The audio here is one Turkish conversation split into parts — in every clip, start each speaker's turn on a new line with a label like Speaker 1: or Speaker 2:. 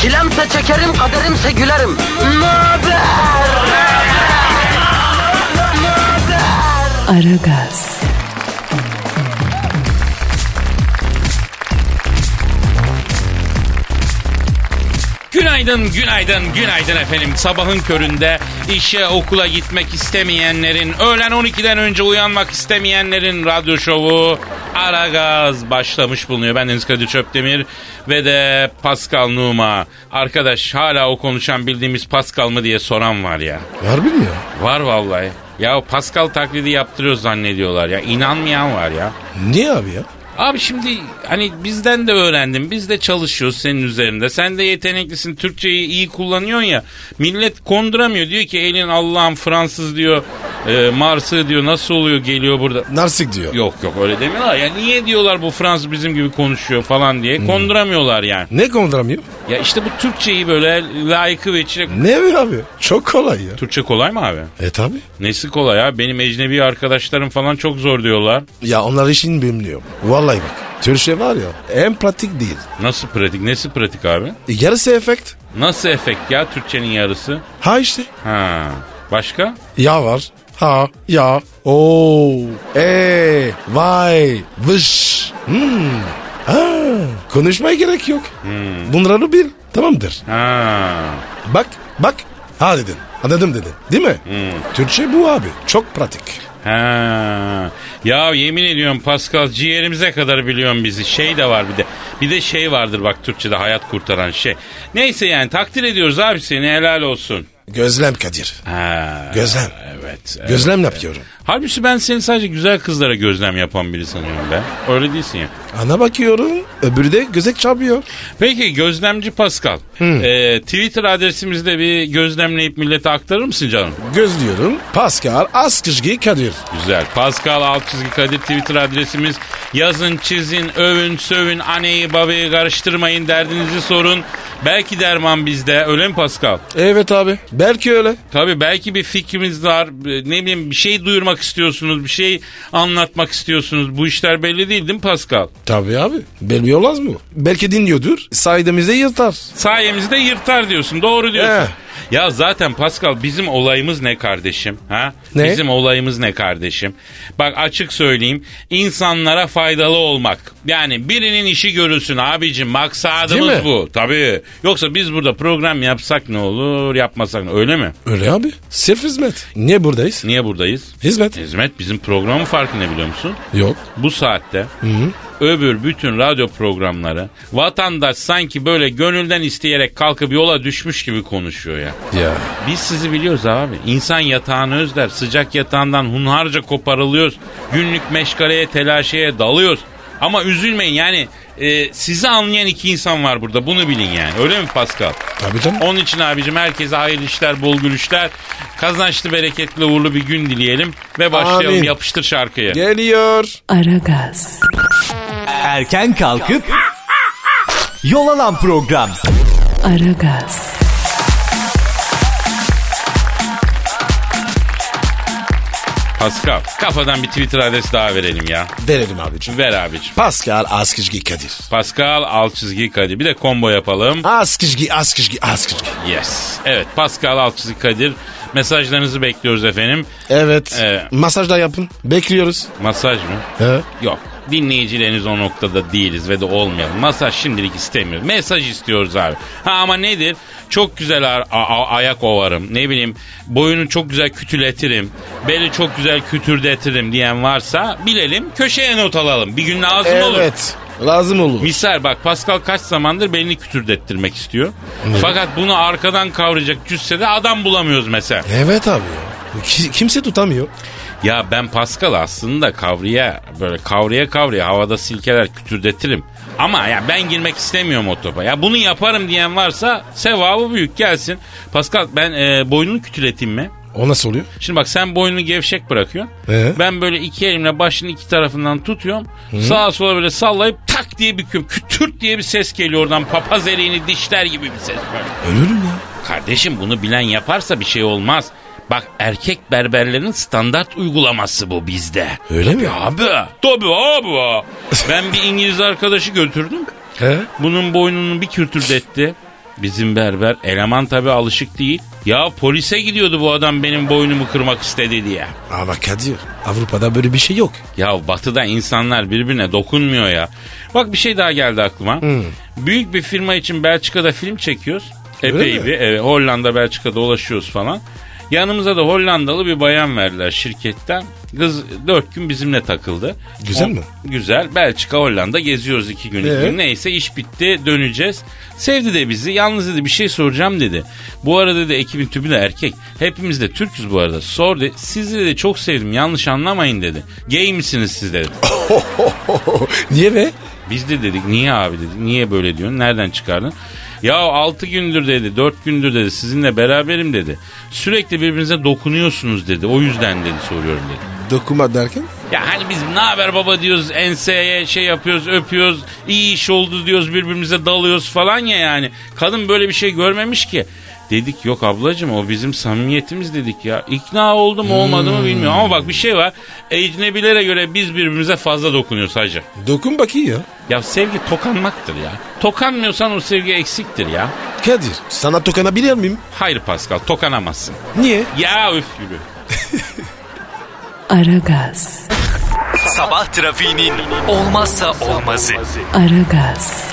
Speaker 1: Çilemse çekerim, kaderimse gülerim. Möber!
Speaker 2: Aragaz,
Speaker 3: Günaydın, günaydın, günaydın efendim. Sabahın köründe işe, okula gitmek istemeyenlerin, öğlen 12'den önce uyanmak istemeyenlerin radyo şovu Aragaz başlamış bulunuyor. Ben Deniz Kadir Çöptemir ve de Pascal Numa. Arkadaş hala o konuşan bildiğimiz Pascal mı diye soran var ya.
Speaker 4: Harbi mi ya?
Speaker 3: Var vallahi. Ya Pascal taklidi yaptırıyor zannediyorlar ya. İnanmayan var ya.
Speaker 4: Niye abi ya?
Speaker 3: Abi şimdi hani bizden de öğrendim. Biz de çalışıyoruz senin üzerinde. Sen de yeteneklisin. Türkçeyi iyi kullanıyorsun ya. Millet konduramıyor. Diyor ki elin Allah'ım Fransız diyor. E, Mars'ı diyor. Nasıl oluyor geliyor burada.
Speaker 4: Narsik diyor.
Speaker 3: Yok yok öyle demiyorlar. Ya niye diyorlar bu Fransız bizim gibi konuşuyor falan diye. Konduramıyorlar yani.
Speaker 4: Ne konduramıyor?
Speaker 3: Ya işte bu Türkçeyi böyle layıkı ve içine...
Speaker 4: Ne mi abi? Çok kolay ya.
Speaker 3: Türkçe kolay mı abi?
Speaker 4: E tabi.
Speaker 3: Nesi kolay ya? Benim ecnebi arkadaşlarım falan çok zor diyorlar.
Speaker 4: Ya onlar işini bilmiyor. Vallahi bak. Türkçe var ya en pratik değil.
Speaker 3: Nasıl pratik? Nesi pratik abi?
Speaker 4: E, yarısı efekt.
Speaker 3: Nasıl efekt ya Türkçenin yarısı?
Speaker 4: Ha işte.
Speaker 3: Ha. Başka?
Speaker 4: Ya var. Ha ya. Oo. E vay. Vış. Hmm. Ha. Konuşmaya gerek yok. Bunları bil. Tamamdır.
Speaker 3: Ha.
Speaker 4: Bak bak. Ha dedin. Anladım dedin. Değil mi?
Speaker 3: Hmm.
Speaker 4: Türkçe bu abi. Çok pratik.
Speaker 3: Ha. Ya yemin ediyorum Pascal ciğerimize kadar biliyorsun bizi. Şey de var bir de. Bir de şey vardır bak Türkçe'de hayat kurtaran şey. Neyse yani takdir ediyoruz abi seni helal olsun.
Speaker 4: Gözlem Kadir.
Speaker 3: Ha.
Speaker 4: Gözlem.
Speaker 3: Evet. evet.
Speaker 4: Gözlemle yapıyorum.
Speaker 3: Halbuki ben seni sadece güzel kızlara gözlem yapan biri sanıyorum ben. Öyle değilsin ya.
Speaker 4: Ana bakıyorum. Öbürü de gözek çarpıyor.
Speaker 3: Peki gözlemci Pascal. Ee, Twitter adresimizde bir gözlemleyip millete aktarır mısın canım?
Speaker 4: Gözlüyorum. Pascal Askışgi Kadir.
Speaker 3: Güzel. Pascal alt çizgi Kadir Twitter adresimiz. Yazın, çizin, övün, sövün, aneyi babayı karıştırmayın, derdinizi sorun. Belki derman bizde. Öyle mi Pascal?
Speaker 4: Evet abi. Belki öyle.
Speaker 3: Tabii belki bir fikrimiz var. Ne bileyim bir şey duyurmak istiyorsunuz, bir şey anlatmak istiyorsunuz. Bu işler belli değil değil mi Pascal?
Speaker 4: Tabii abi. Belli olmaz mı? Belki dinliyordur. Saydığımızda yırtar.
Speaker 3: sayemizde yırtar diyorsun. Doğru diyorsun.
Speaker 4: Eh.
Speaker 3: Ya zaten Pascal bizim olayımız ne kardeşim? Ha?
Speaker 4: Ne?
Speaker 3: Bizim olayımız ne kardeşim? Bak açık söyleyeyim. insanlara faydalı olmak. Yani birinin işi görülsün abicim.
Speaker 4: Değil
Speaker 3: Maksadımız
Speaker 4: mi?
Speaker 3: bu. Tabii. Yoksa biz burada program yapsak ne olur, yapmasak ne Öyle mi?
Speaker 4: Öyle abi. Sırf hizmet. Niye buradayız?
Speaker 3: Niye buradayız?
Speaker 4: Hizmet.
Speaker 3: Hizmet bizim programın farkı ne biliyor musun?
Speaker 4: Yok.
Speaker 3: bu saatte öbür bütün radyo programları vatandaş sanki böyle gönülden isteyerek kalkıp yola düşmüş gibi konuşuyor ya.
Speaker 4: Ya.
Speaker 3: Biz sizi biliyoruz abi. İnsan yatağını özler. Sıcak yatağından hunharca koparılıyoruz. Günlük meşgaleye, telaşeye dalıyoruz. Ama üzülmeyin yani e, sizi anlayan iki insan var burada. Bunu bilin yani. Öyle mi Pascal?
Speaker 4: Tabii canım.
Speaker 3: Onun için abicim herkese hayırlı işler, bol gülüşler. Kazançlı, bereketli, uğurlu bir gün dileyelim. Ve başlayalım.
Speaker 4: Amin.
Speaker 3: Yapıştır şarkıyı.
Speaker 4: Geliyor.
Speaker 2: Aragaz,
Speaker 5: Erken kalkıp yol alan program.
Speaker 2: Aragaz,
Speaker 3: Pascal kafadan bir Twitter adresi daha verelim ya.
Speaker 4: Verelim abicim.
Speaker 3: Ver abicim.
Speaker 4: Pascal Askışgi Kadir.
Speaker 3: Pascal alt çizgi Kadir. Bir de combo yapalım.
Speaker 4: Askışgi, Askışgi, Askışgi.
Speaker 3: Yes. Evet Pascal alt çizgi Kadir. Mesajlarınızı bekliyoruz efendim.
Speaker 4: Evet.
Speaker 3: Evet.
Speaker 4: Masaj da yapın. Bekliyoruz.
Speaker 3: Masaj mı?
Speaker 4: He.
Speaker 3: Yok. Dinleyicileriniz o noktada değiliz ve de olmayalım. Masaj şimdilik istemiyoruz. Mesaj istiyoruz abi. Ha ama nedir? Çok güzel a- a- ayak ovarım. Ne bileyim boyunu çok güzel kütületirim. Beli çok güzel kütürdetirim diyen varsa bilelim köşeye not alalım. Bir gün lazım olur.
Speaker 4: Evet. Lazım olur.
Speaker 3: Misal bak Pascal kaç zamandır belini kütürdettirmek istiyor. Fakat bunu arkadan kavrayacak cüssede adam bulamıyoruz mesela.
Speaker 4: Evet abi ya. Ki- Kimse tutamıyor.
Speaker 3: Ya ben Pascal aslında kavraya böyle kavraya kavraya havada silkeler kütürdetirim. Ama ya ben girmek istemiyorum o topa. Ya bunu yaparım diyen varsa sevabı büyük gelsin. Pascal ben e, boynunu kütületeyim mi?
Speaker 4: O nasıl oluyor?
Speaker 3: Şimdi bak sen boynunu gevşek bırakıyorsun.
Speaker 4: Ee?
Speaker 3: Ben böyle iki elimle başını iki tarafından tutuyorum. Sağa sola böyle sallayıp tak diye büküyorum. Kütürt diye bir ses geliyor oradan. Papaz eriğini dişler gibi bir ses böyle.
Speaker 4: Ölürüm ya.
Speaker 3: Kardeşim bunu bilen yaparsa bir şey olmaz. Bak erkek berberlerin standart uygulaması bu bizde.
Speaker 4: Öyle mi?
Speaker 3: Abi. Tabii abi. ben bir İngiliz arkadaşı götürdüm.
Speaker 4: He?
Speaker 3: Bunun boynunu bir kürtürdetti. Bizim berber eleman tabi alışık değil. Ya polise gidiyordu bu adam benim boynumu kırmak istedi diye.
Speaker 4: Ama Kadir Avrupa'da böyle bir şey yok.
Speaker 3: Ya batıda insanlar birbirine dokunmuyor ya. Bak bir şey daha geldi aklıma. Büyük bir firma için Belçika'da film çekiyoruz.
Speaker 4: Öyle
Speaker 3: Epey
Speaker 4: mi?
Speaker 3: bir. evet, Hollanda, Belçika'da dolaşıyoruz falan. Yanımıza da Hollandalı bir bayan verdiler şirketten. Kız dört gün bizimle takıldı.
Speaker 4: Güzel mi?
Speaker 3: Güzel. Belçika, Hollanda geziyoruz iki gün. iki
Speaker 4: Ee?
Speaker 3: gün. Neyse iş bitti döneceğiz. Sevdi de bizi. Yalnız dedi bir şey soracağım dedi. Bu arada dedi ekibin tümü de erkek. Hepimiz de Türk'üz bu arada. Sor dedi. Sizi de çok sevdim yanlış anlamayın dedi. Gay misiniz siz dedi.
Speaker 4: Niye be?
Speaker 3: Biz de dedik niye abi dedik. Niye böyle diyorsun? Nereden çıkardın? Ya 6 gündür dedi, 4 gündür dedi, sizinle beraberim dedi. Sürekli birbirinize dokunuyorsunuz dedi. O yüzden dedi soruyorum dedi.
Speaker 4: Dokuma derken?
Speaker 3: Ya hani biz ne haber baba diyoruz enseye şey yapıyoruz öpüyoruz iyi iş oldu diyoruz birbirimize dalıyoruz falan ya yani. Kadın böyle bir şey görmemiş ki. Dedik yok ablacığım o bizim samimiyetimiz dedik ya. İkna oldu mu olmadı mı bilmiyorum ama bak bir şey var. Ecnebilere göre biz birbirimize fazla dokunuyoruz hacı.
Speaker 4: Dokun bakayım ya.
Speaker 3: Ya sevgi tokanmaktır ya. Tokanmıyorsan o sevgi eksiktir ya.
Speaker 4: Kadir sana dokunabilir miyim?
Speaker 3: Hayır Pascal tokanamazsın.
Speaker 4: Niye?
Speaker 3: Ya üf gibi.
Speaker 2: Aragaz,
Speaker 5: Sabah trafiğinin olmazsa olmazı.
Speaker 2: Aragaz,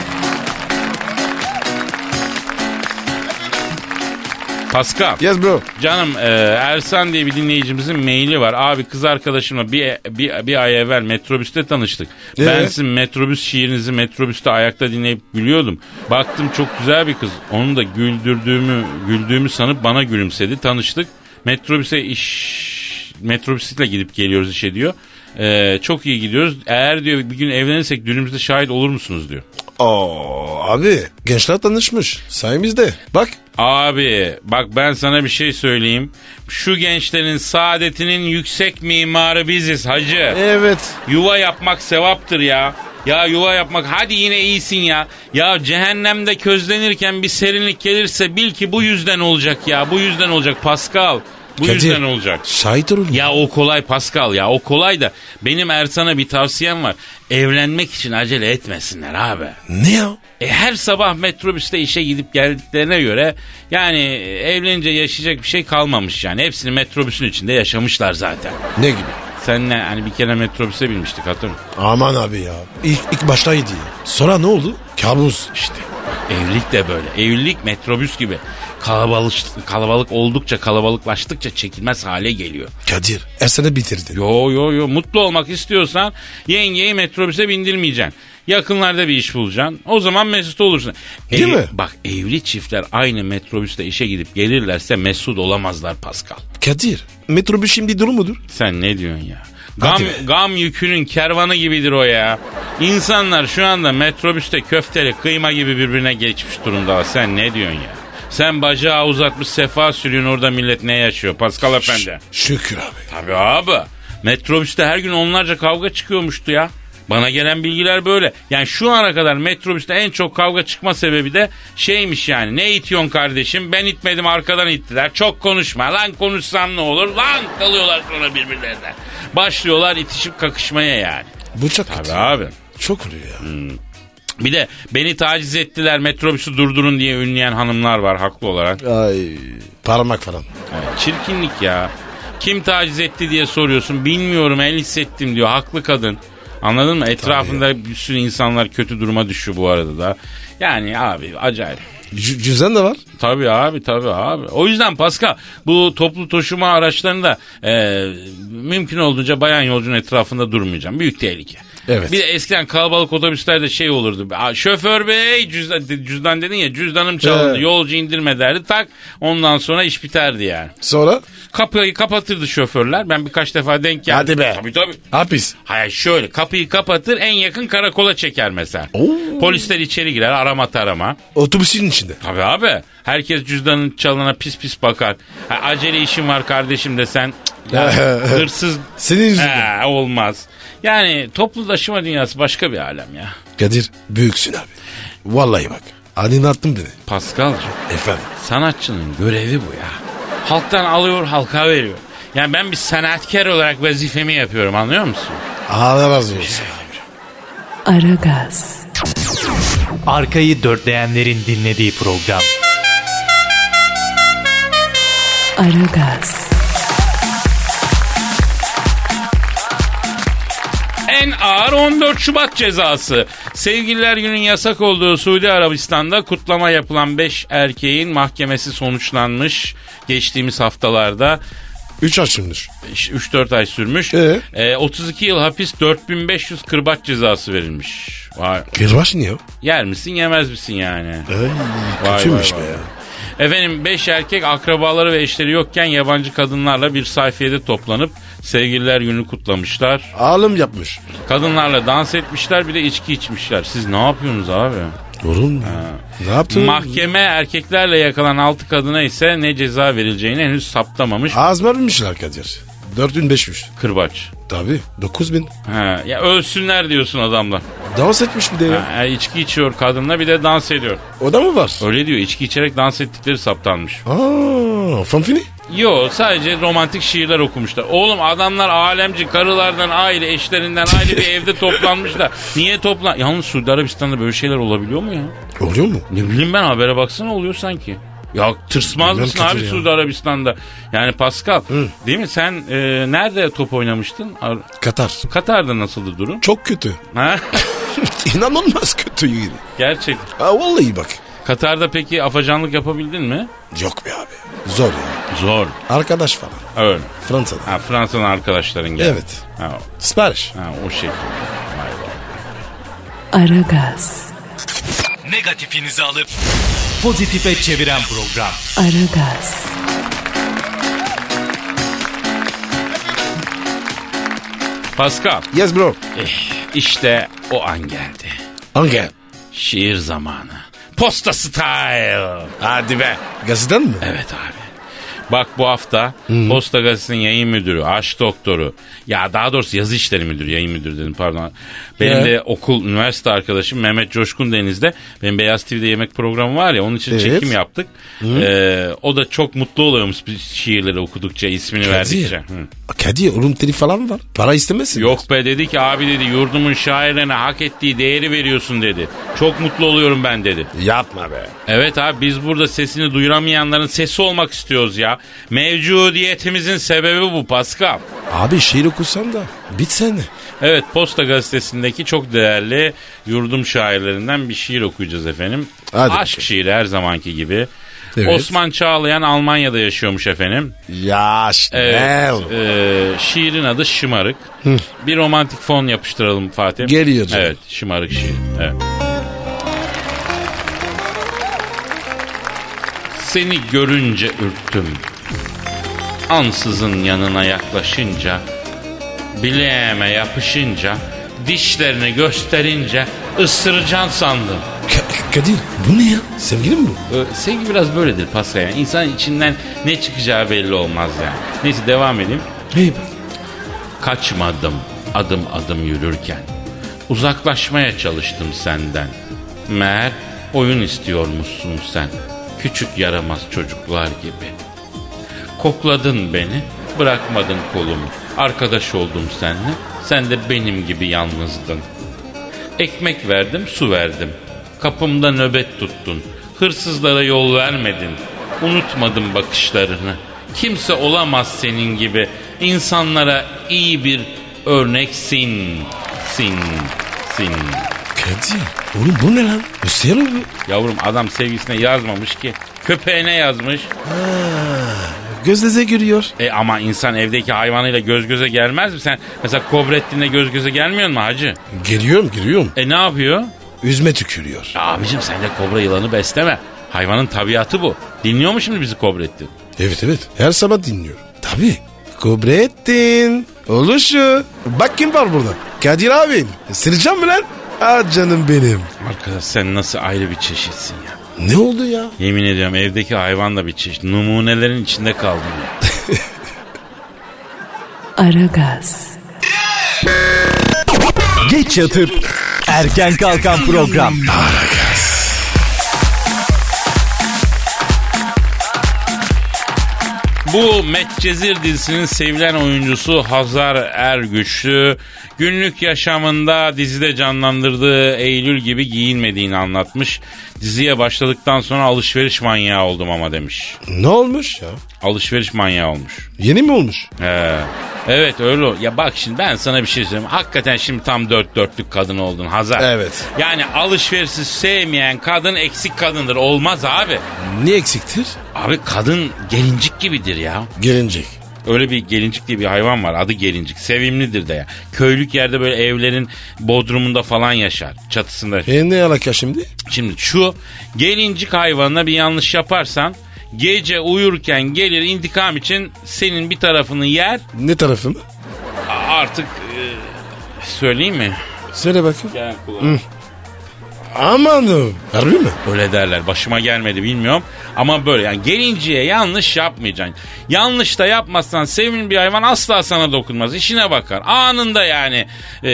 Speaker 3: Pascal.
Speaker 4: Yes bro.
Speaker 3: Canım e, Ersan diye bir dinleyicimizin maili var. Abi kız arkadaşımla bir, bir, bir ay evvel metrobüste tanıştık.
Speaker 4: Ee?
Speaker 3: Ben sizin metrobüs şiirinizi metrobüste ayakta dinleyip gülüyordum. Baktım çok güzel bir kız. Onu da güldürdüğümü güldüğümü sanıp bana gülümsedi. Tanıştık. Metrobüse iş metrobüsle gidip geliyoruz işe diyor. E, çok iyi gidiyoruz. Eğer diyor bir gün evlenirsek düğünümüzde şahit olur musunuz diyor.
Speaker 4: Oo abi gençler tanışmış. Sayemizde. Bak.
Speaker 3: Abi bak ben sana bir şey söyleyeyim. Şu gençlerin saadetinin yüksek mimarı biziz hacı.
Speaker 4: Evet.
Speaker 3: Yuva yapmak sevaptır ya. Ya yuva yapmak hadi yine iyisin ya. Ya cehennemde közlenirken bir serinlik gelirse bil ki bu yüzden olacak ya. Bu yüzden olacak Pascal. Bu
Speaker 4: Kadir,
Speaker 3: yüzden olacak.
Speaker 4: Şahit olun.
Speaker 3: Ya o kolay Pascal ya o kolay da benim Ersan'a bir tavsiyem var. Evlenmek için acele etmesinler abi.
Speaker 4: Ne ya?
Speaker 3: E, her sabah metrobüste işe gidip geldiklerine göre yani e, evlenince yaşayacak bir şey kalmamış yani. Hepsini metrobüsün içinde yaşamışlar zaten.
Speaker 4: Ne gibi?
Speaker 3: Seninle hani bir kere metrobüse binmiştik hatırlıyor musun?
Speaker 4: Aman abi ya. İlk, ilk baştaydı ya. Sonra ne oldu? Kabus.
Speaker 3: İşte bak, evlilik de böyle. Evlilik metrobüs gibi. Kalabalık, kalabalık oldukça kalabalıklaştıkça çekilmez hale geliyor.
Speaker 4: Kadir E, Ersen'i bitirdin.
Speaker 3: Yo yo yo mutlu olmak istiyorsan yengeyi metrobüse bindirmeyeceksin. Yakınlarda bir iş bulacaksın. O zaman mesut olursun.
Speaker 4: Değil mi?
Speaker 3: Bak evli çiftler aynı metrobüste işe gidip gelirlerse mesut olamazlar Pascal.
Speaker 4: Kadir metrobüs şimdi dolu mudur?
Speaker 3: Sen ne diyorsun ya? Gam,
Speaker 4: Hadi be.
Speaker 3: gam yükünün kervanı gibidir o ya. İnsanlar şu anda metrobüste köfteli kıyma gibi birbirine geçmiş durumda. Sen ne diyorsun ya? Sen bacağı uzatmış sefa sürüyorsun orada millet ne yaşıyor Pascal efendi?
Speaker 4: Şükür abi.
Speaker 3: Tabii abi. Metrobüste her gün onlarca kavga çıkıyormuştu ya. Bana gelen bilgiler böyle. Yani şu ana kadar metrobüste en çok kavga çıkma sebebi de şeymiş yani. Ne itiyorsun kardeşim? Ben itmedim arkadan ittiler. Çok konuşma. Lan konuşsan ne olur? Lan kalıyorlar sonra birbirlerine. Başlıyorlar itişip kakışmaya yani.
Speaker 4: Bu çok
Speaker 3: Tabii
Speaker 4: kötü.
Speaker 3: abi. Hmm.
Speaker 4: Çok oluyor ya.
Speaker 3: Bir de beni taciz ettiler metrobüsü durdurun diye ünleyen hanımlar var haklı olarak.
Speaker 4: Ay. Parmak falan.
Speaker 3: Ay, Çirkinlik ya. Kim taciz etti diye soruyorsun. Bilmiyorum el hissettim diyor. Haklı kadın. Anladın mı? Etrafında bir sürü insanlar kötü duruma düşüyor bu arada da. Yani abi acayip.
Speaker 4: C- cüzdan da var.
Speaker 3: Tabii abi tabii abi. O yüzden Pascal bu toplu taşıma araçlarında e, mümkün olduğunca bayan yolcunun etrafında durmayacağım. Büyük tehlike.
Speaker 4: Evet.
Speaker 3: Bir de eskiden kalabalık otobüslerde şey olurdu. "Aa, Şoför bey cüzdan, cüzdan dedin ya cüzdanım çalındı.
Speaker 4: Ee.
Speaker 3: Yolcu indirme derdi tak. Ondan sonra iş biterdi yani.
Speaker 4: Sonra?
Speaker 3: Kapıyı kapatırdı şoförler. Ben birkaç defa denk geldim.
Speaker 4: Hadi be.
Speaker 3: Tabii tabii.
Speaker 4: Hapis.
Speaker 3: Hayır şöyle kapıyı kapatır en yakın karakola çeker mesela. Polisler içeri girer arama tarama.
Speaker 4: Otobüsün içinde.
Speaker 3: Tabii abi. Herkes cüzdanın çalana pis pis bakar. Ha, acele işim var kardeşim desen. cık, ya, hırsız.
Speaker 4: Senin yüzünden.
Speaker 3: Ha, olmaz. Yani toplu taşıma dünyası başka bir alem ya.
Speaker 4: Kadir büyüksün abi. Vallahi bak. Adını attım beni.
Speaker 3: Paskal'cığım
Speaker 4: Efendim.
Speaker 3: sanatçının görevi bu ya. Halktan alıyor halka veriyor. Yani ben bir sanatkar olarak vazifemi yapıyorum anlıyor musun?
Speaker 4: Allah razı olsun.
Speaker 2: Aragaz,
Speaker 5: Arkayı dörtleyenlerin dinlediği program.
Speaker 2: Aragaz,
Speaker 3: En ağır 14 Şubat cezası. Sevgililer günün yasak olduğu Suudi Arabistan'da kutlama yapılan 5 erkeğin mahkemesi sonuçlanmış. Geçtiğimiz haftalarda
Speaker 4: 3 açılmış.
Speaker 3: 3-4 ay sürmüş.
Speaker 4: Ee?
Speaker 3: Ee, 32 yıl hapis 4500 kırbaç cezası verilmiş. Vay.
Speaker 4: Kırbaç niye? o?
Speaker 3: Yer misin yemez misin yani?
Speaker 4: Ay,
Speaker 3: Vay,
Speaker 4: kötüymüş
Speaker 3: vay,
Speaker 4: be
Speaker 3: vay.
Speaker 4: ya.
Speaker 3: Efendim 5 erkek akrabaları ve eşleri yokken yabancı kadınlarla bir sayfiyede toplanıp sevgililer günü kutlamışlar.
Speaker 4: Ağlım yapmış.
Speaker 3: Kadınlarla dans etmişler bir de içki içmişler. Siz ne yapıyorsunuz abi?
Speaker 4: Oğlum ne yaptın?
Speaker 3: Mahkeme erkeklerle yakalan 6 kadına ise ne ceza verileceğini henüz saptamamış.
Speaker 4: Ağız vermişler Kadir. 4500.
Speaker 3: Kırbaç.
Speaker 4: Tabii 9000.
Speaker 3: Ha, ya ölsünler diyorsun adamlar.
Speaker 4: Dans etmiş bir de ya.
Speaker 3: Ha, içki içiyor kadınla bir de dans ediyor.
Speaker 4: O da mı var?
Speaker 3: Öyle diyor içki içerek dans ettikleri saptanmış.
Speaker 4: Aa, fanfini.
Speaker 3: Yo sadece romantik şiirler okumuşlar. Oğlum adamlar alemci karılardan aile eşlerinden aile bir evde toplanmışlar. Niye toplan? Yalnız Suudi Arabistan'da böyle şeyler olabiliyor mu ya?
Speaker 4: Oluyor mu?
Speaker 3: Ne bileyim ben habere baksana oluyor sanki. Ya tırsmaz
Speaker 4: Bilmem
Speaker 3: mısın
Speaker 4: Kadir
Speaker 3: abi
Speaker 4: ya.
Speaker 3: Suudi Arabistan'da? Yani Pascal değil mi sen e, nerede top oynamıştın? Ar-
Speaker 4: Katar.
Speaker 3: Katar'da nasıldı durum?
Speaker 4: Çok kötü.
Speaker 3: Ha?
Speaker 4: İnanılmaz kötü yani.
Speaker 3: Gerçek.
Speaker 4: Ha, vallahi bak.
Speaker 3: Katar'da peki afacanlık yapabildin mi?
Speaker 4: Yok be abi. Zor ya.
Speaker 3: Zor.
Speaker 4: Arkadaş falan.
Speaker 3: Öyle.
Speaker 4: Fransa'da.
Speaker 3: Ha, Fransa'nın arkadaşların geldi.
Speaker 4: Evet.
Speaker 3: Ha,
Speaker 4: Sipariş.
Speaker 3: ha, o şey. şekilde. Vay vay.
Speaker 2: Aragaz,
Speaker 5: Negatifinizi alıp pozitife çeviren program.
Speaker 2: Aragaz,
Speaker 3: Pascal
Speaker 4: Yes bro.
Speaker 3: işte o an geldi.
Speaker 4: Hangi?
Speaker 3: Şiir zamanı. Posta style.
Speaker 4: Hadi be. Gazeteden mi?
Speaker 3: Evet abi. Bak bu hafta Posta Gazetesi'nin yayın müdürü, aşk doktoru. Ya daha doğrusu yazı işleri müdürü, yayın müdürü dedim pardon. Benim
Speaker 4: Ee?
Speaker 3: de okul, üniversite arkadaşım Mehmet Coşkun Deniz'de benim Beyaz TV'de yemek programı var ya onun için
Speaker 4: Evet.
Speaker 3: çekim yaptık. Ee, o da çok mutlu oluyormuş biz şiirleri okudukça, ismini verdikçe. Hı.
Speaker 4: Kadir oğlum teli falan var. Para istemezsin.
Speaker 3: Yok be dedi ki abi dedi yurdumun şairlerine hak ettiği değeri veriyorsun dedi. Çok mutlu oluyorum ben dedi.
Speaker 4: Yapma be.
Speaker 3: Evet abi biz burada sesini duyuramayanların sesi olmak istiyoruz ya. Mevcudiyetimizin sebebi bu Pascal.
Speaker 4: Abi şiir okusan da bitsen.
Speaker 3: Evet Posta Gazetesi'ndeki çok değerli yurdum şairlerinden bir şiir okuyacağız efendim.
Speaker 4: Hadi
Speaker 3: Aşk
Speaker 4: bakalım.
Speaker 3: şiiri her zamanki gibi.
Speaker 4: Evet.
Speaker 3: Osman Çağlayan Almanya'da yaşıyormuş efendim.
Speaker 4: Ya
Speaker 3: Evet. Ee, şiirin adı Şımarık. Bir romantik fon yapıştıralım Fatih.
Speaker 4: Geliyor canım.
Speaker 3: Evet, Şımarık şiir. Evet. Seni görünce ürktüm. Ansızın yanına yaklaşınca, bileğime yapışınca, dişlerini gösterince ısıracaksın sandım.
Speaker 4: Kadir bu ne ya? Sevgili mi bu?
Speaker 3: Ee, sevgi biraz böyledir Pascal. Yani İnsan içinden ne çıkacağı belli olmaz yani. Neyse devam edeyim.
Speaker 4: Hey be.
Speaker 3: Kaçmadım adım adım yürürken. Uzaklaşmaya çalıştım senden. Meğer oyun istiyormuşsun sen. Küçük yaramaz çocuklar gibi. Kokladın beni, bırakmadın kolumu. Arkadaş oldum seninle, sen de benim gibi yalnızdın. Ekmek verdim, su verdim. Kapımda nöbet tuttun. Hırsızlara yol vermedin. Unutmadım bakışlarını. Kimse olamaz senin gibi. İnsanlara iyi bir örneksin. Sin. Sin.
Speaker 4: Kadir oğlum bu ne lan? Hüseyin mi bu?
Speaker 3: Yavrum adam sevgisine yazmamış ki. Köpeğine yazmış.
Speaker 4: Gözleze giriyor.
Speaker 3: E ama insan evdeki hayvanıyla göz göze gelmez mi? Sen mesela Kobrettin'le göz göze gelmiyor mu hacı?
Speaker 4: Giriyorum giriyorum.
Speaker 3: E ne yapıyor?
Speaker 4: Üzme tükürüyor.
Speaker 3: Ya abicim sen de kobra yılanı besleme. Hayvanın tabiatı bu. Dinliyor mu şimdi bizi Kobrettin?
Speaker 4: Evet evet her sabah dinliyorum. Tabii. Kubrettin. Oluşu. Bak kim var burada. Kadir abim. Sıracağım mı lan? Ah canım benim.
Speaker 3: Arkadaş sen nasıl ayrı bir çeşitsin ya.
Speaker 4: Ne oldu ya?
Speaker 3: Yemin ediyorum evdeki hayvan da bir çeşit. Numunelerin içinde kaldım ya.
Speaker 2: Aragaz,
Speaker 5: Geç yatıp erken kalkan program.
Speaker 3: Bu Medcezir dizisinin sevilen oyuncusu Hazar Ergüçlü günlük yaşamında dizide canlandırdığı Eylül gibi giyinmediğini anlatmış. Diziye başladıktan sonra alışveriş manyağı oldum ama demiş.
Speaker 4: Ne olmuş ya?
Speaker 3: Alışveriş manyağı olmuş.
Speaker 4: Yeni mi olmuş?
Speaker 3: He. Evet öyle o. Ya bak şimdi ben sana bir şey söyleyeyim. Hakikaten şimdi tam dört dörtlük kadın oldun Hazar.
Speaker 4: Evet.
Speaker 3: Yani alışverişi sevmeyen kadın eksik kadındır. Olmaz abi.
Speaker 4: Niye eksiktir?
Speaker 3: Abi kadın gelincik gibidir ya.
Speaker 4: Gelincik.
Speaker 3: Öyle bir gelincik diye bir hayvan var. Adı gelincik. Sevimlidir de ya. Köylük yerde böyle evlerin bodrumunda falan yaşar. Çatısında.
Speaker 4: E ne alaka şimdi?
Speaker 3: Şimdi şu gelincik hayvanına bir yanlış yaparsan gece uyurken gelir intikam için senin bir tarafını yer
Speaker 4: Ne tarafı mı?
Speaker 3: artık e, söyleyeyim mi?
Speaker 4: Söyle bakayım.
Speaker 3: Gel kulağa.
Speaker 4: Amanım. Harbi mi?
Speaker 3: Öyle derler. Başıma gelmedi bilmiyorum. Ama böyle yani gelinceye yanlış yapmayacaksın. Yanlış da yapmazsan sevimli bir hayvan asla sana dokunmaz. İşine bakar. Anında yani e,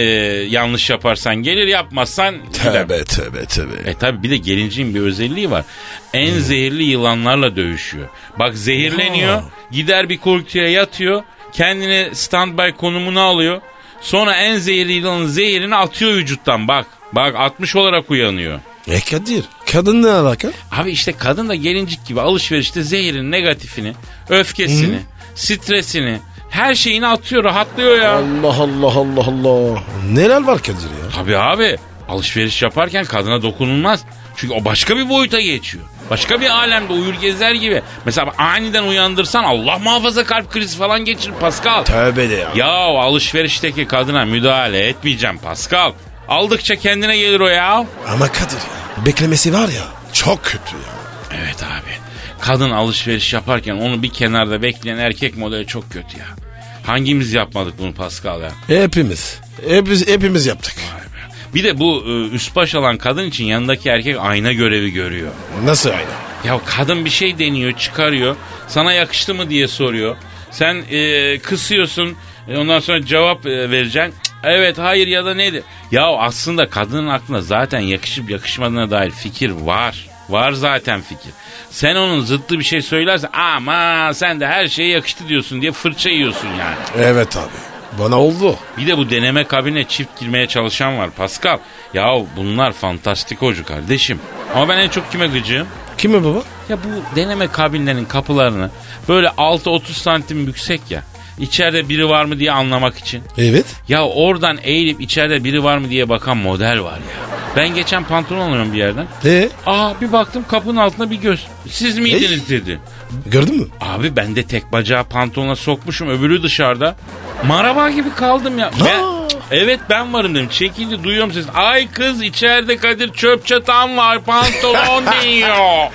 Speaker 3: yanlış yaparsan gelir yapmazsan gider.
Speaker 4: tövbe tövbe.
Speaker 3: E tabi bir de gelinciğin bir özelliği var. En zehirli yılanlarla dövüşüyor. Bak zehirleniyor.
Speaker 4: Ya.
Speaker 3: Gider bir korkutuya yatıyor. Kendini standby konumuna alıyor. Sonra en zehirli yılanın zehirini atıyor vücuttan bak. Bak 60 olarak uyanıyor.
Speaker 4: E Kadir. Kadın ne alaka?
Speaker 3: Abi işte kadın da gelincik gibi alışverişte zehirin negatifini, öfkesini, stresini, her şeyini atıyor, rahatlıyor ya.
Speaker 4: Allah Allah Allah Allah. Neler var Kadir ya?
Speaker 3: Tabii abi. Alışveriş yaparken kadına dokunulmaz. Çünkü o başka bir boyuta geçiyor. Başka bir alemde uyur gezer gibi. Mesela aniden uyandırsan Allah muhafaza kalp krizi falan geçirir Pascal.
Speaker 4: Tövbe de ya.
Speaker 3: Ya alışverişteki kadına müdahale etmeyeceğim Pascal. Aldıkça kendine gelir o ya.
Speaker 4: Ama Kadir ya. Beklemesi var ya. Çok kötü ya.
Speaker 3: Evet abi. Kadın alışveriş yaparken onu bir kenarda bekleyen erkek modeli çok kötü ya. Hangimiz yapmadık bunu Pascal ya?
Speaker 4: E, Hepimiz. Hepimiz, hepimiz yaptık.
Speaker 3: Bir de bu e, üst baş alan kadın için yanındaki erkek ayna görevi görüyor.
Speaker 4: Nasıl aynen?
Speaker 3: Ya kadın bir şey deniyor, çıkarıyor. Sana yakıştı mı diye soruyor. Sen e, kısıyorsun. E, ondan sonra cevap e, vereceksin. Cık, Evet, hayır ya da neydi? Ya aslında kadının aklında zaten yakışıp yakışmadığına dair fikir var. Var zaten fikir. Sen onun zıttı bir şey söylersen ama sen de her şeye yakıştı diyorsun diye fırça yiyorsun yani.
Speaker 4: Evet abi. Bana oldu.
Speaker 3: Bir de bu deneme kabine çift girmeye çalışan var Pascal. Ya bunlar fantastikocu kardeşim. Ama ben en çok kime gıcığım?
Speaker 4: Kime baba?
Speaker 3: Ya bu deneme kabinlerinin kapılarını böyle 6-30 santim yüksek ya. İçeride biri var mı diye anlamak için.
Speaker 4: Evet.
Speaker 3: Ya oradan eğilip içeride biri var mı diye bakan model var ya. Ben geçen pantolon alıyorum bir yerden.
Speaker 4: E
Speaker 3: Aa bir baktım kapının altında bir göz. Siz miydiniz dedi.
Speaker 4: gördün mü?
Speaker 3: Abi ben de tek bacağı pantolona sokmuşum öbürü dışarıda. Maraba gibi kaldım ya. Ben,
Speaker 4: Aa.
Speaker 3: evet ben varım dedim. Çekildi duyuyorum sesini. Ay kız içeride Kadir çöp çatan var pantolon diyor.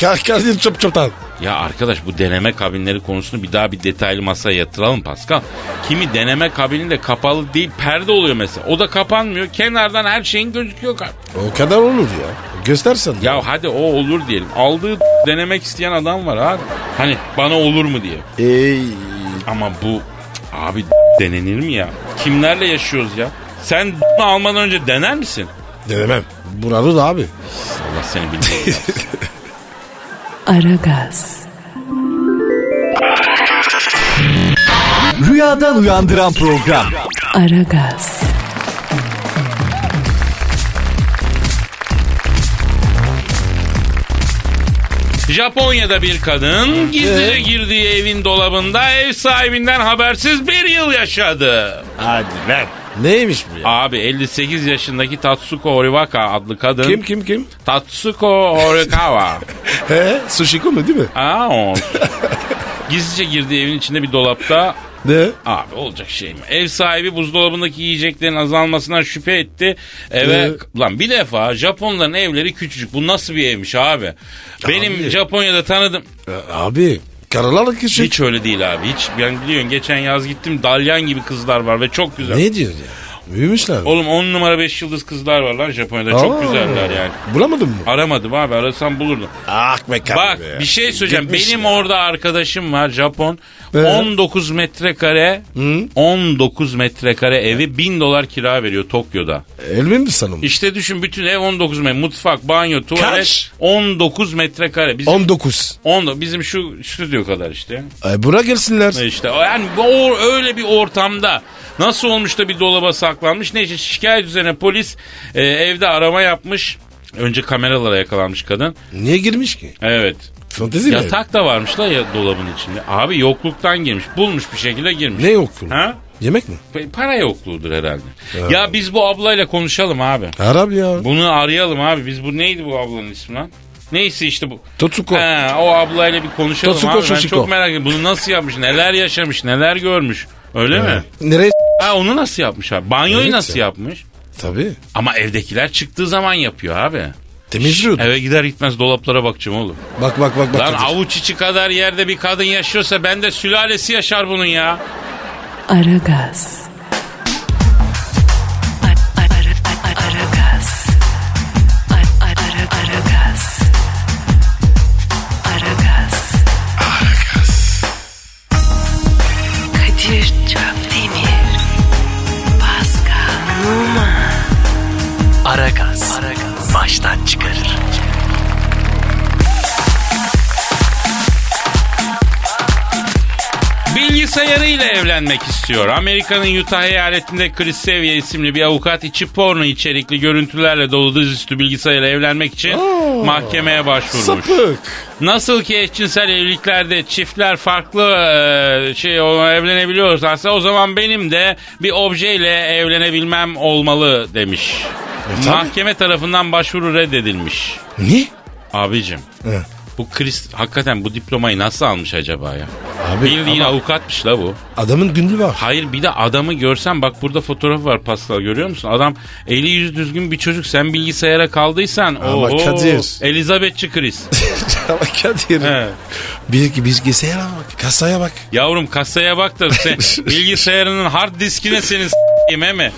Speaker 4: Kalk Kadir çöp çöpten.
Speaker 3: Ya arkadaş bu deneme kabinleri konusunu bir daha bir detaylı masaya yatıralım Pascal. Kimi deneme kabini de kapalı değil perde oluyor mesela. O da kapanmıyor. Kenardan her şeyin gözüküyor. kar-
Speaker 4: O kadar olur ya. Göstersen.
Speaker 3: Ya hadi o olur diyelim. Aldığı denemek isteyen adam var abi. Hani bana olur mu diye.
Speaker 4: Ey.
Speaker 3: Ama bu abi denenir mi ya? Kimlerle yaşıyoruz ya? Sen almadan önce dener misin?
Speaker 4: Denemem. Buralı da abi.
Speaker 3: Allah seni bilmiyor.
Speaker 2: Aragaz,
Speaker 5: Rüyadan uyandıran program.
Speaker 2: Aragaz,
Speaker 3: Japonya'da bir kadın gizlice girdiği evin dolabında ev sahibinden habersiz bir yıl yaşadı.
Speaker 4: Hadi lan. Neymiş bu ya?
Speaker 3: Abi 58 yaşındaki Tatsuko Horikawa adlı kadın.
Speaker 4: Kim kim kim?
Speaker 3: Tatsuko Horikawa.
Speaker 4: He? Sushiko mu değil mi?
Speaker 3: Aa, o. Gizlice girdiği evin içinde bir dolapta
Speaker 4: De.
Speaker 3: Abi olacak şey mi? Ev sahibi buzdolabındaki yiyeceklerin azalmasından şüphe etti. Eve
Speaker 4: Ee?
Speaker 3: lan bir defa Japonların evleri küçücük. Bu nasıl bir evmiş abi? Benim Japonya'da tanıdım.
Speaker 4: A- Abi karalar küçük.
Speaker 3: Hiç öyle değil abi. Hiç ben biliyorsun geçen yaz gittim dalyan gibi kızlar var ve çok güzel.
Speaker 4: Ne diyorsun ya? Büyümüşler.
Speaker 3: Oğlum 10 numara 5 yıldız kızlar var lan Japonya'da. Çok
Speaker 4: Aa.
Speaker 3: güzeller yani.
Speaker 4: Bulamadın mı?
Speaker 3: Aramadım abi arasam bulurdum.
Speaker 4: Ah be
Speaker 3: Bak
Speaker 4: be.
Speaker 3: bir şey söyleyeceğim.
Speaker 4: Gitmiş
Speaker 3: Benim
Speaker 4: ya.
Speaker 3: orada arkadaşım var Japon.
Speaker 4: Ee?
Speaker 3: 19 metrekare 19 metrekare evi 1000 dolar kira veriyor Tokyo'da.
Speaker 4: Elmin mi sanım?
Speaker 3: İşte düşün bütün ev 19 metrekare. Mutfak, banyo, tuvalet
Speaker 4: Kaç?
Speaker 3: 19 metrekare. Bizim
Speaker 4: 19.
Speaker 3: 10 bizim şu stüdyo kadar işte.
Speaker 4: Ay bura gelsinler.
Speaker 3: İşte yani o, öyle bir ortamda nasıl olmuş da bir dolaba saklanmış. Neyse şikayet üzerine polis e, evde arama yapmış. Önce kameralara yakalanmış kadın.
Speaker 4: Niye girmiş ki?
Speaker 3: Evet.
Speaker 4: Fantezi mi?
Speaker 3: Yatak da varmış da ya dolabın içinde. Abi yokluktan girmiş. Bulmuş bir şekilde girmiş.
Speaker 4: Ne yoktu?
Speaker 3: Ha?
Speaker 4: Yemek mi?
Speaker 3: Pa- Para yokluğudur herhalde. Ya biz bu ablayla konuşalım abi.
Speaker 4: Arap ya.
Speaker 3: Bunu arayalım abi. Biz bu neydi bu ablanın ismi lan? Neyse işte bu.
Speaker 4: Totsuko.
Speaker 3: He, o ablayla bir konuşalım
Speaker 4: Totsuko,
Speaker 3: abi. Ben
Speaker 4: Totsuko.
Speaker 3: çok merak ediyorum. Bunu nasıl yapmış? Neler yaşamış? Neler görmüş? Öyle mi?
Speaker 4: Nereye?
Speaker 3: Ha onu nasıl yapmış abi? Banyoyu
Speaker 4: Evet
Speaker 3: nasıl
Speaker 4: ya.
Speaker 3: yapmış?
Speaker 4: Tabii.
Speaker 3: Ama evdekiler çıktığı zaman yapıyor abi.
Speaker 4: Temizliyordu.
Speaker 3: Eve gider gitmez dolaplara bakacağım oğlum.
Speaker 4: Bak bak bak. bak
Speaker 3: Lan
Speaker 4: Kadir.
Speaker 3: avuç içi kadar yerde bir kadın yaşıyorsa ben de sülalesi yaşar bunun ya.
Speaker 2: Aragaz. Aragaz. Aragaz. Aragaz. Kadir Çöptemir. Pascal Numa.
Speaker 6: Aragaz. Baştan çıkarır.
Speaker 3: Bilgisayarıyla evlenmek istiyor. Amerika'nın Utah eyaletinde Chris Sevier isimli bir avukat içi porno içerikli görüntülerle dolu dizüstü bilgisayarla evlenmek için mahkemeye başvurmuş.
Speaker 4: Sapık.
Speaker 3: Nasıl ki eşcinsel evliliklerde çiftler farklı e, şey o- evlenebiliyorlarsa o zaman benim de bir objeyle evlenebilmem olmalı demiş.
Speaker 4: E, tabii.
Speaker 3: Mahkeme tarafından başvuru reddedilmiş.
Speaker 4: Ne?
Speaker 3: Abicim
Speaker 4: He.
Speaker 3: bu Chris hakikaten bu diplomayı nasıl almış acaba ya?
Speaker 4: Abi
Speaker 3: Bildiğin
Speaker 4: ama
Speaker 3: avukatmış la bu.
Speaker 4: adamın günlüğü var.
Speaker 3: Hayır bir de adamı görsen bak burada fotoğrafı var Pascal görüyor musun? Adam eli yüz düzgün bir çocuk sen bilgisayara kaldıysan.
Speaker 4: Ama
Speaker 3: oho,
Speaker 4: Kadir.
Speaker 3: Elizabethçi Chris.
Speaker 4: Ama Kadir.
Speaker 3: He.
Speaker 4: Bir bilgisayara bak. Kasaya bak.
Speaker 3: Yavrum kasaya bak da sen bilgisayarının hard diskine senin s**eyim he mi?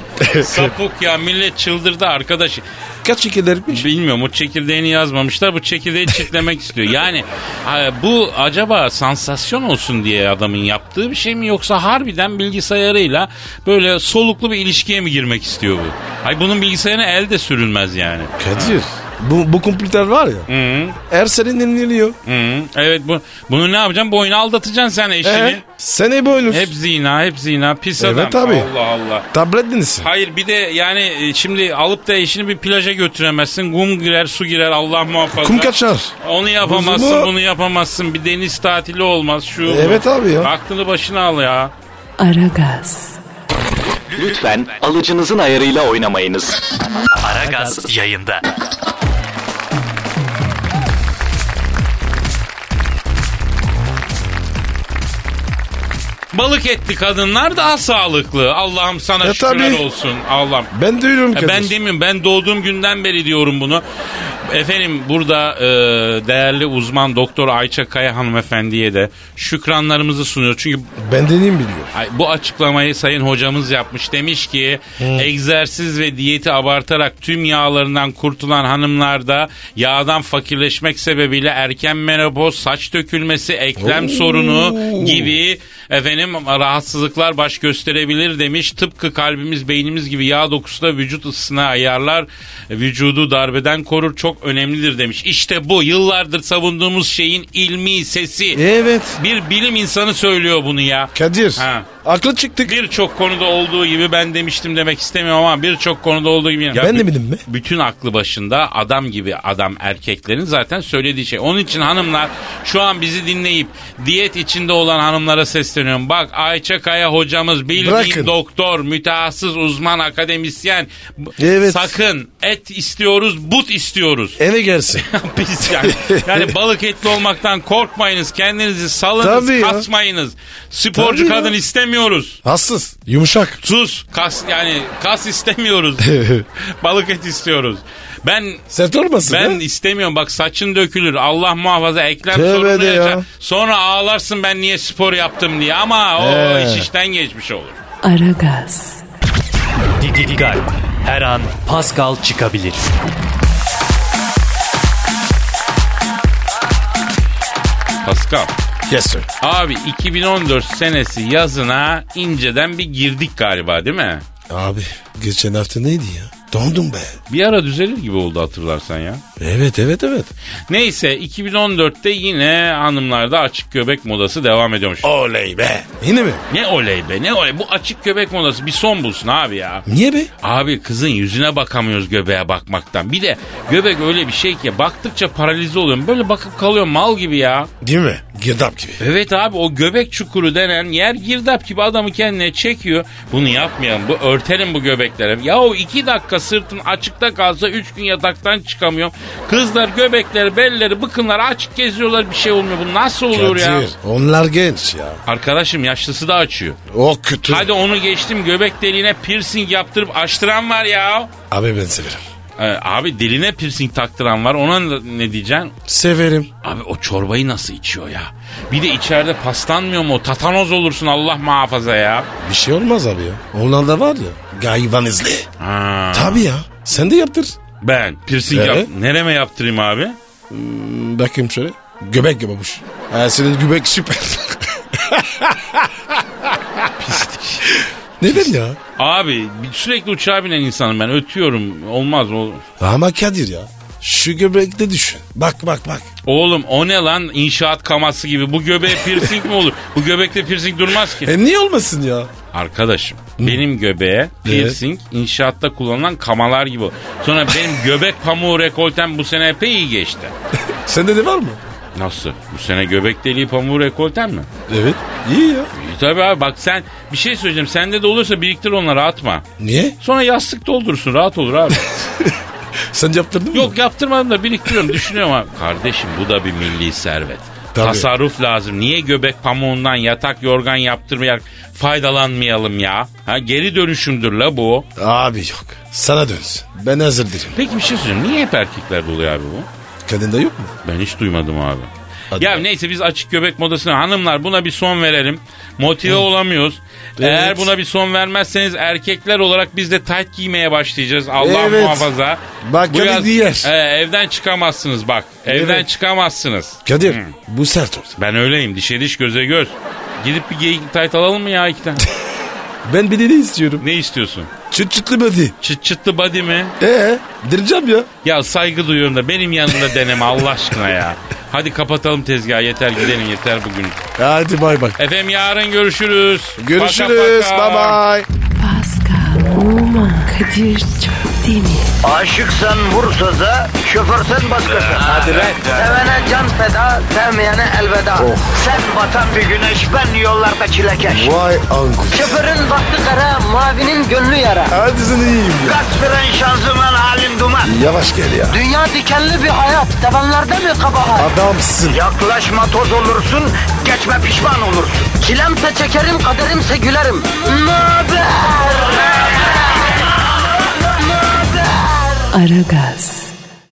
Speaker 3: Sapık ya millet çıldırdı arkadaş.
Speaker 4: Kaç şekerlermiş?
Speaker 3: Bilmiyorum o çekirdeğini yazmamışlar bu çekirdeği çitlemek istiyor. Yani ha, bu acaba sansasyon olsun diye adamın yaptığı bir şey mi yoksa harbiden bilgisayarıyla böyle soluklu bir ilişkiye mi girmek istiyor bu? Hay bunun bilgisayarına el de sürülmez yani.
Speaker 4: Kadir. Bu, bu kompüter var ya.
Speaker 3: Hı
Speaker 4: Her sene dinleniyor.
Speaker 3: hı. Evet bu, bunu ne yapacaksın? Bu oyunu aldatacaksın sen eşini.
Speaker 4: Ee, sen hep oynuyorsun.
Speaker 3: Hep zina, hep zina, pis adam.
Speaker 4: Evet abi.
Speaker 3: Allah Allah.
Speaker 4: Tablet dinlesin.
Speaker 3: Hayır bir de yani e, şimdi alıp da eşini bir plaja götüremezsin. Kum girer, su girer Allah muhafaza.
Speaker 4: Kum kaçar.
Speaker 3: Onu yapamazsın,
Speaker 4: Kuzumu-
Speaker 3: bunu yapamazsın. Bir deniz tatili olmaz şu. bu.
Speaker 4: E, Evet abi ya.
Speaker 3: Aklını başına al ya.
Speaker 2: Aragaz.
Speaker 6: Lütfen alıcınızın ayarıyla oynamayınız. Aragaz yayında.
Speaker 3: Balık etli kadınlar daha sağlıklı. Allah'ım sana
Speaker 4: E,
Speaker 3: şükürler
Speaker 4: tabii.
Speaker 3: olsun. Allah'ım.
Speaker 4: Ben de ölüyorum Kadir.
Speaker 3: E, Ben demiyorum ben doğduğum günden beri diyorum bunu. Efendim burada e, değerli uzman doktor Ayça Kaya hanımefendiye de şükranlarımızı sunuyoruz. Çünkü
Speaker 4: Ben deneyim biliyor.
Speaker 3: Ay, Bu açıklamayı sayın hocamız yapmış. Demiş ki egzersiz ve diyeti abartarak tüm yağlarından kurtulan hanımlarda yağdan fakirleşmek sebebiyle erken menopoz, saç dökülmesi, eklem sorunu gibi efendim rahatsızlıklar baş gösterebilir demiş. Tıpkı kalbimiz, beynimiz gibi yağ dokusu da vücut ısısına ayarlar, vücudu darbeden korur çok önemlidir demiş. İşte bu yıllardır savunduğumuz şeyin ilmi sesi.
Speaker 4: Evet.
Speaker 3: Bir bilim insanı söylüyor bunu ya.
Speaker 4: Kadir.
Speaker 3: Ha.
Speaker 4: Aklı çıktık.
Speaker 3: Birçok konuda olduğu gibi ben demiştim demek istemiyorum ama birçok konuda olduğu gibi. Ya
Speaker 4: ben
Speaker 3: bü-
Speaker 4: de bildim mi?
Speaker 3: Bütün aklı başında adam gibi adam erkeklerin zaten söylediği şey. Onun için hanımlar şu an bizi dinleyip diyet içinde olan hanımlara sesleniyorum. Bak Ayça Kaya hocamız bildiğin
Speaker 4: Bırakın.
Speaker 3: doktor, mütehassıs, uzman, akademisyen. B-
Speaker 4: Evet.
Speaker 3: Sakın et istiyoruz, but istiyoruz. diyoruz.
Speaker 4: Eve gelsin.
Speaker 3: Biz yani, yani balık etli olmaktan korkmayınız. Kendinizi salınız,
Speaker 4: Tabii ya.
Speaker 3: kasmayınız. Sporcu
Speaker 4: Tabii ya.
Speaker 3: kadın istemiyoruz.
Speaker 4: Hassız. Yumuşak.
Speaker 3: Sus. Kas yani kas istemiyoruz. balık et istiyoruz. Ben
Speaker 4: Sert olmasın.
Speaker 3: ben
Speaker 4: ha?
Speaker 3: istemiyorum bak saçın dökülür Allah muhafaza eklem
Speaker 4: Tövbe
Speaker 3: sorunu
Speaker 4: de ya.
Speaker 3: yaşar. Sonra ağlarsın ben niye spor yaptım diye ama o
Speaker 4: Ee.
Speaker 3: iş işten geçmiş olur.
Speaker 2: Aragaz,
Speaker 5: Didi Gal.
Speaker 6: Her an Pascal çıkabilir.
Speaker 3: Pascal
Speaker 4: Yes sir.
Speaker 3: abi 2014 senesi yazına inceden bir girdik galiba değil mi?
Speaker 4: Abi geçen hafta neydi ya? Dondum be.
Speaker 3: Bir ara düzelir gibi oldu hatırlarsan ya.
Speaker 4: Evet evet evet.
Speaker 3: Neyse 2014'te yine hanımlarda açık göbek modası devam ediyormuş.
Speaker 4: Oley be. Yine mi?
Speaker 3: Ne oley be ne oley bu açık göbek modası bir son bulsun abi ya.
Speaker 4: Niye be?
Speaker 3: Abi kızın yüzüne bakamıyoruz göbeğe bakmaktan. Bir de göbek öyle bir şey ki baktıkça paralize oluyorum. Böyle bakıp kalıyorum mal gibi ya.
Speaker 4: Değil mi? Girdap gibi.
Speaker 3: Evet abi o göbek çukuru denen yer girdap gibi adamı kendine çekiyor. Bunu yapmayalım bu örtelim bu göbeklere. Ya o iki dakika sırtın açıkta kalsa üç gün yataktan çıkamıyorum. Kızlar göbekleri belleri bıkınlar açık geziyorlar bir şey olmuyor. Bu nasıl olur ya?
Speaker 4: Kadir, Onlar genç ya.
Speaker 3: Arkadaşım yaşlısı da açıyor.
Speaker 4: O kötü.
Speaker 3: Hadi onu geçtim göbek deliğine piercing yaptırıp açtıran var ya.
Speaker 4: Abi ben severim.
Speaker 3: Ee, abi diline piercing taktıran var ona da ne diyeceksin?
Speaker 4: Severim.
Speaker 3: Abi o çorbayı nasıl içiyor ya? Bir de içeride paslanmıyor mu? Tatanoz olursun Allah muhafaza ya.
Speaker 4: Bir şey olmaz abi ya. Onlar da var ya. Gayvan izli.
Speaker 3: Ha,
Speaker 4: Tabii ya. Sen de yaptır.
Speaker 3: ben piercing
Speaker 4: Evet.
Speaker 3: yap- Nereme yaptırayım abi?
Speaker 4: Bakayım şöyle. Göbek gibi buş. Ha, senin göbek süper. Neden ya?
Speaker 3: Abi bir- sürekli uçağa binen insanım ben ötüyorum olmaz o.
Speaker 4: Ama Kadir ya. Şu göbekte düşün. Bak bak bak.
Speaker 3: Oğlum o ne lan inşaat kaması gibi bu göbeğe piercing mi olur? Bu göbekte piercing durmaz ki.
Speaker 4: E niye olmasın ya?
Speaker 3: Arkadaşım benim göbeğe piercing inşaatta kullanılan kamalar gibi. Sonra benim göbek pamuğu rekoltem bu sene epey iyi geçti.
Speaker 4: Sende de var mı?
Speaker 3: Nasıl? Bu sene göbek deliği pamuğu rekolten mi?
Speaker 4: Evet. İyi ya.
Speaker 3: E, tabii abi bak sen bir şey söyleyeceğim. Sende de olursa biriktir onları atma.
Speaker 4: Niye?
Speaker 3: Sonra yastık doldursun rahat olur abi.
Speaker 4: Sen yaptırdın mı?
Speaker 3: Yok yaptırmadım da biriktiriyorum düşünüyorum abi. Kardeşim bu da bir milli servet.
Speaker 4: Tabii.
Speaker 3: Tasarruf lazım. Niye göbek pamuğundan yatak yorgan yaptırmayarak faydalanmayalım ya? Ha geri dönüşümdür la bu.
Speaker 4: Abi yok. Sana dönsün. Ben hazır değilim.
Speaker 3: Peki bir şey söyleyeyim. Niye hep erkeklerde oluyor abi bu?
Speaker 4: Kadında yok mu?
Speaker 3: Ben hiç duymadım abi.
Speaker 4: Hadi
Speaker 3: ya
Speaker 4: be.
Speaker 3: neyse biz açık göbek modasına hanımlar buna bir son verelim. Motive olamıyoruz. Eğer buna bir son vermezseniz erkekler olarak biz de tayt giymeye başlayacağız. Allah
Speaker 4: Evet.
Speaker 3: muhafaza.
Speaker 4: Bak
Speaker 3: Bu
Speaker 4: hadi
Speaker 3: yaz-
Speaker 4: diğer.
Speaker 3: E, evden çıkamazsınız bak. Evden
Speaker 4: Evet.
Speaker 3: çıkamazsınız.
Speaker 4: Kadir bu sert oldu.
Speaker 3: Ben öyleyim. Dişe diş göze göz. Gidip bir geyik tayt alalım mı ya iki tane?
Speaker 4: Ben bir de ne istiyorum?
Speaker 3: ne istiyorsun?
Speaker 4: Çıt çıtlı body.
Speaker 3: Çıt çıtlı body mi?
Speaker 4: Ee, direceğim ya.
Speaker 3: Ya saygı duyuyorum da benim yanımda deneme Allah aşkına ya. Hadi kapatalım tezgahı yeter gidelim yeter bugün.
Speaker 4: Hadi bay bay.
Speaker 3: Efendim yarın görüşürüz.
Speaker 4: Görüşürüz.
Speaker 3: Paka
Speaker 4: Bye
Speaker 3: paka.
Speaker 4: bye.
Speaker 2: Pascal, Oman, Kadir çok değil mi?
Speaker 1: Aşıksan vursa da, şoförsen başkasın. Hadi Sevene can feda, sevmeyene elveda. Sen batan bir güneş, ben yollarda çilekeş.
Speaker 4: Vay anku.
Speaker 1: Şoförün baktı kara, mavinin gönlü yara.
Speaker 4: Hadi sen iyiyim ya.
Speaker 1: Kasperen şanzıman halin duman.
Speaker 4: Yavaş gel ya.
Speaker 1: Dünya dikenli bir hayat, sevenlerde mi kabahar?
Speaker 4: Adamsın.
Speaker 1: Yaklaşma toz olursun, geçme pişman olursun. Çilemse çekerim, kaderimse gülerim. Möber!
Speaker 2: Aragaz.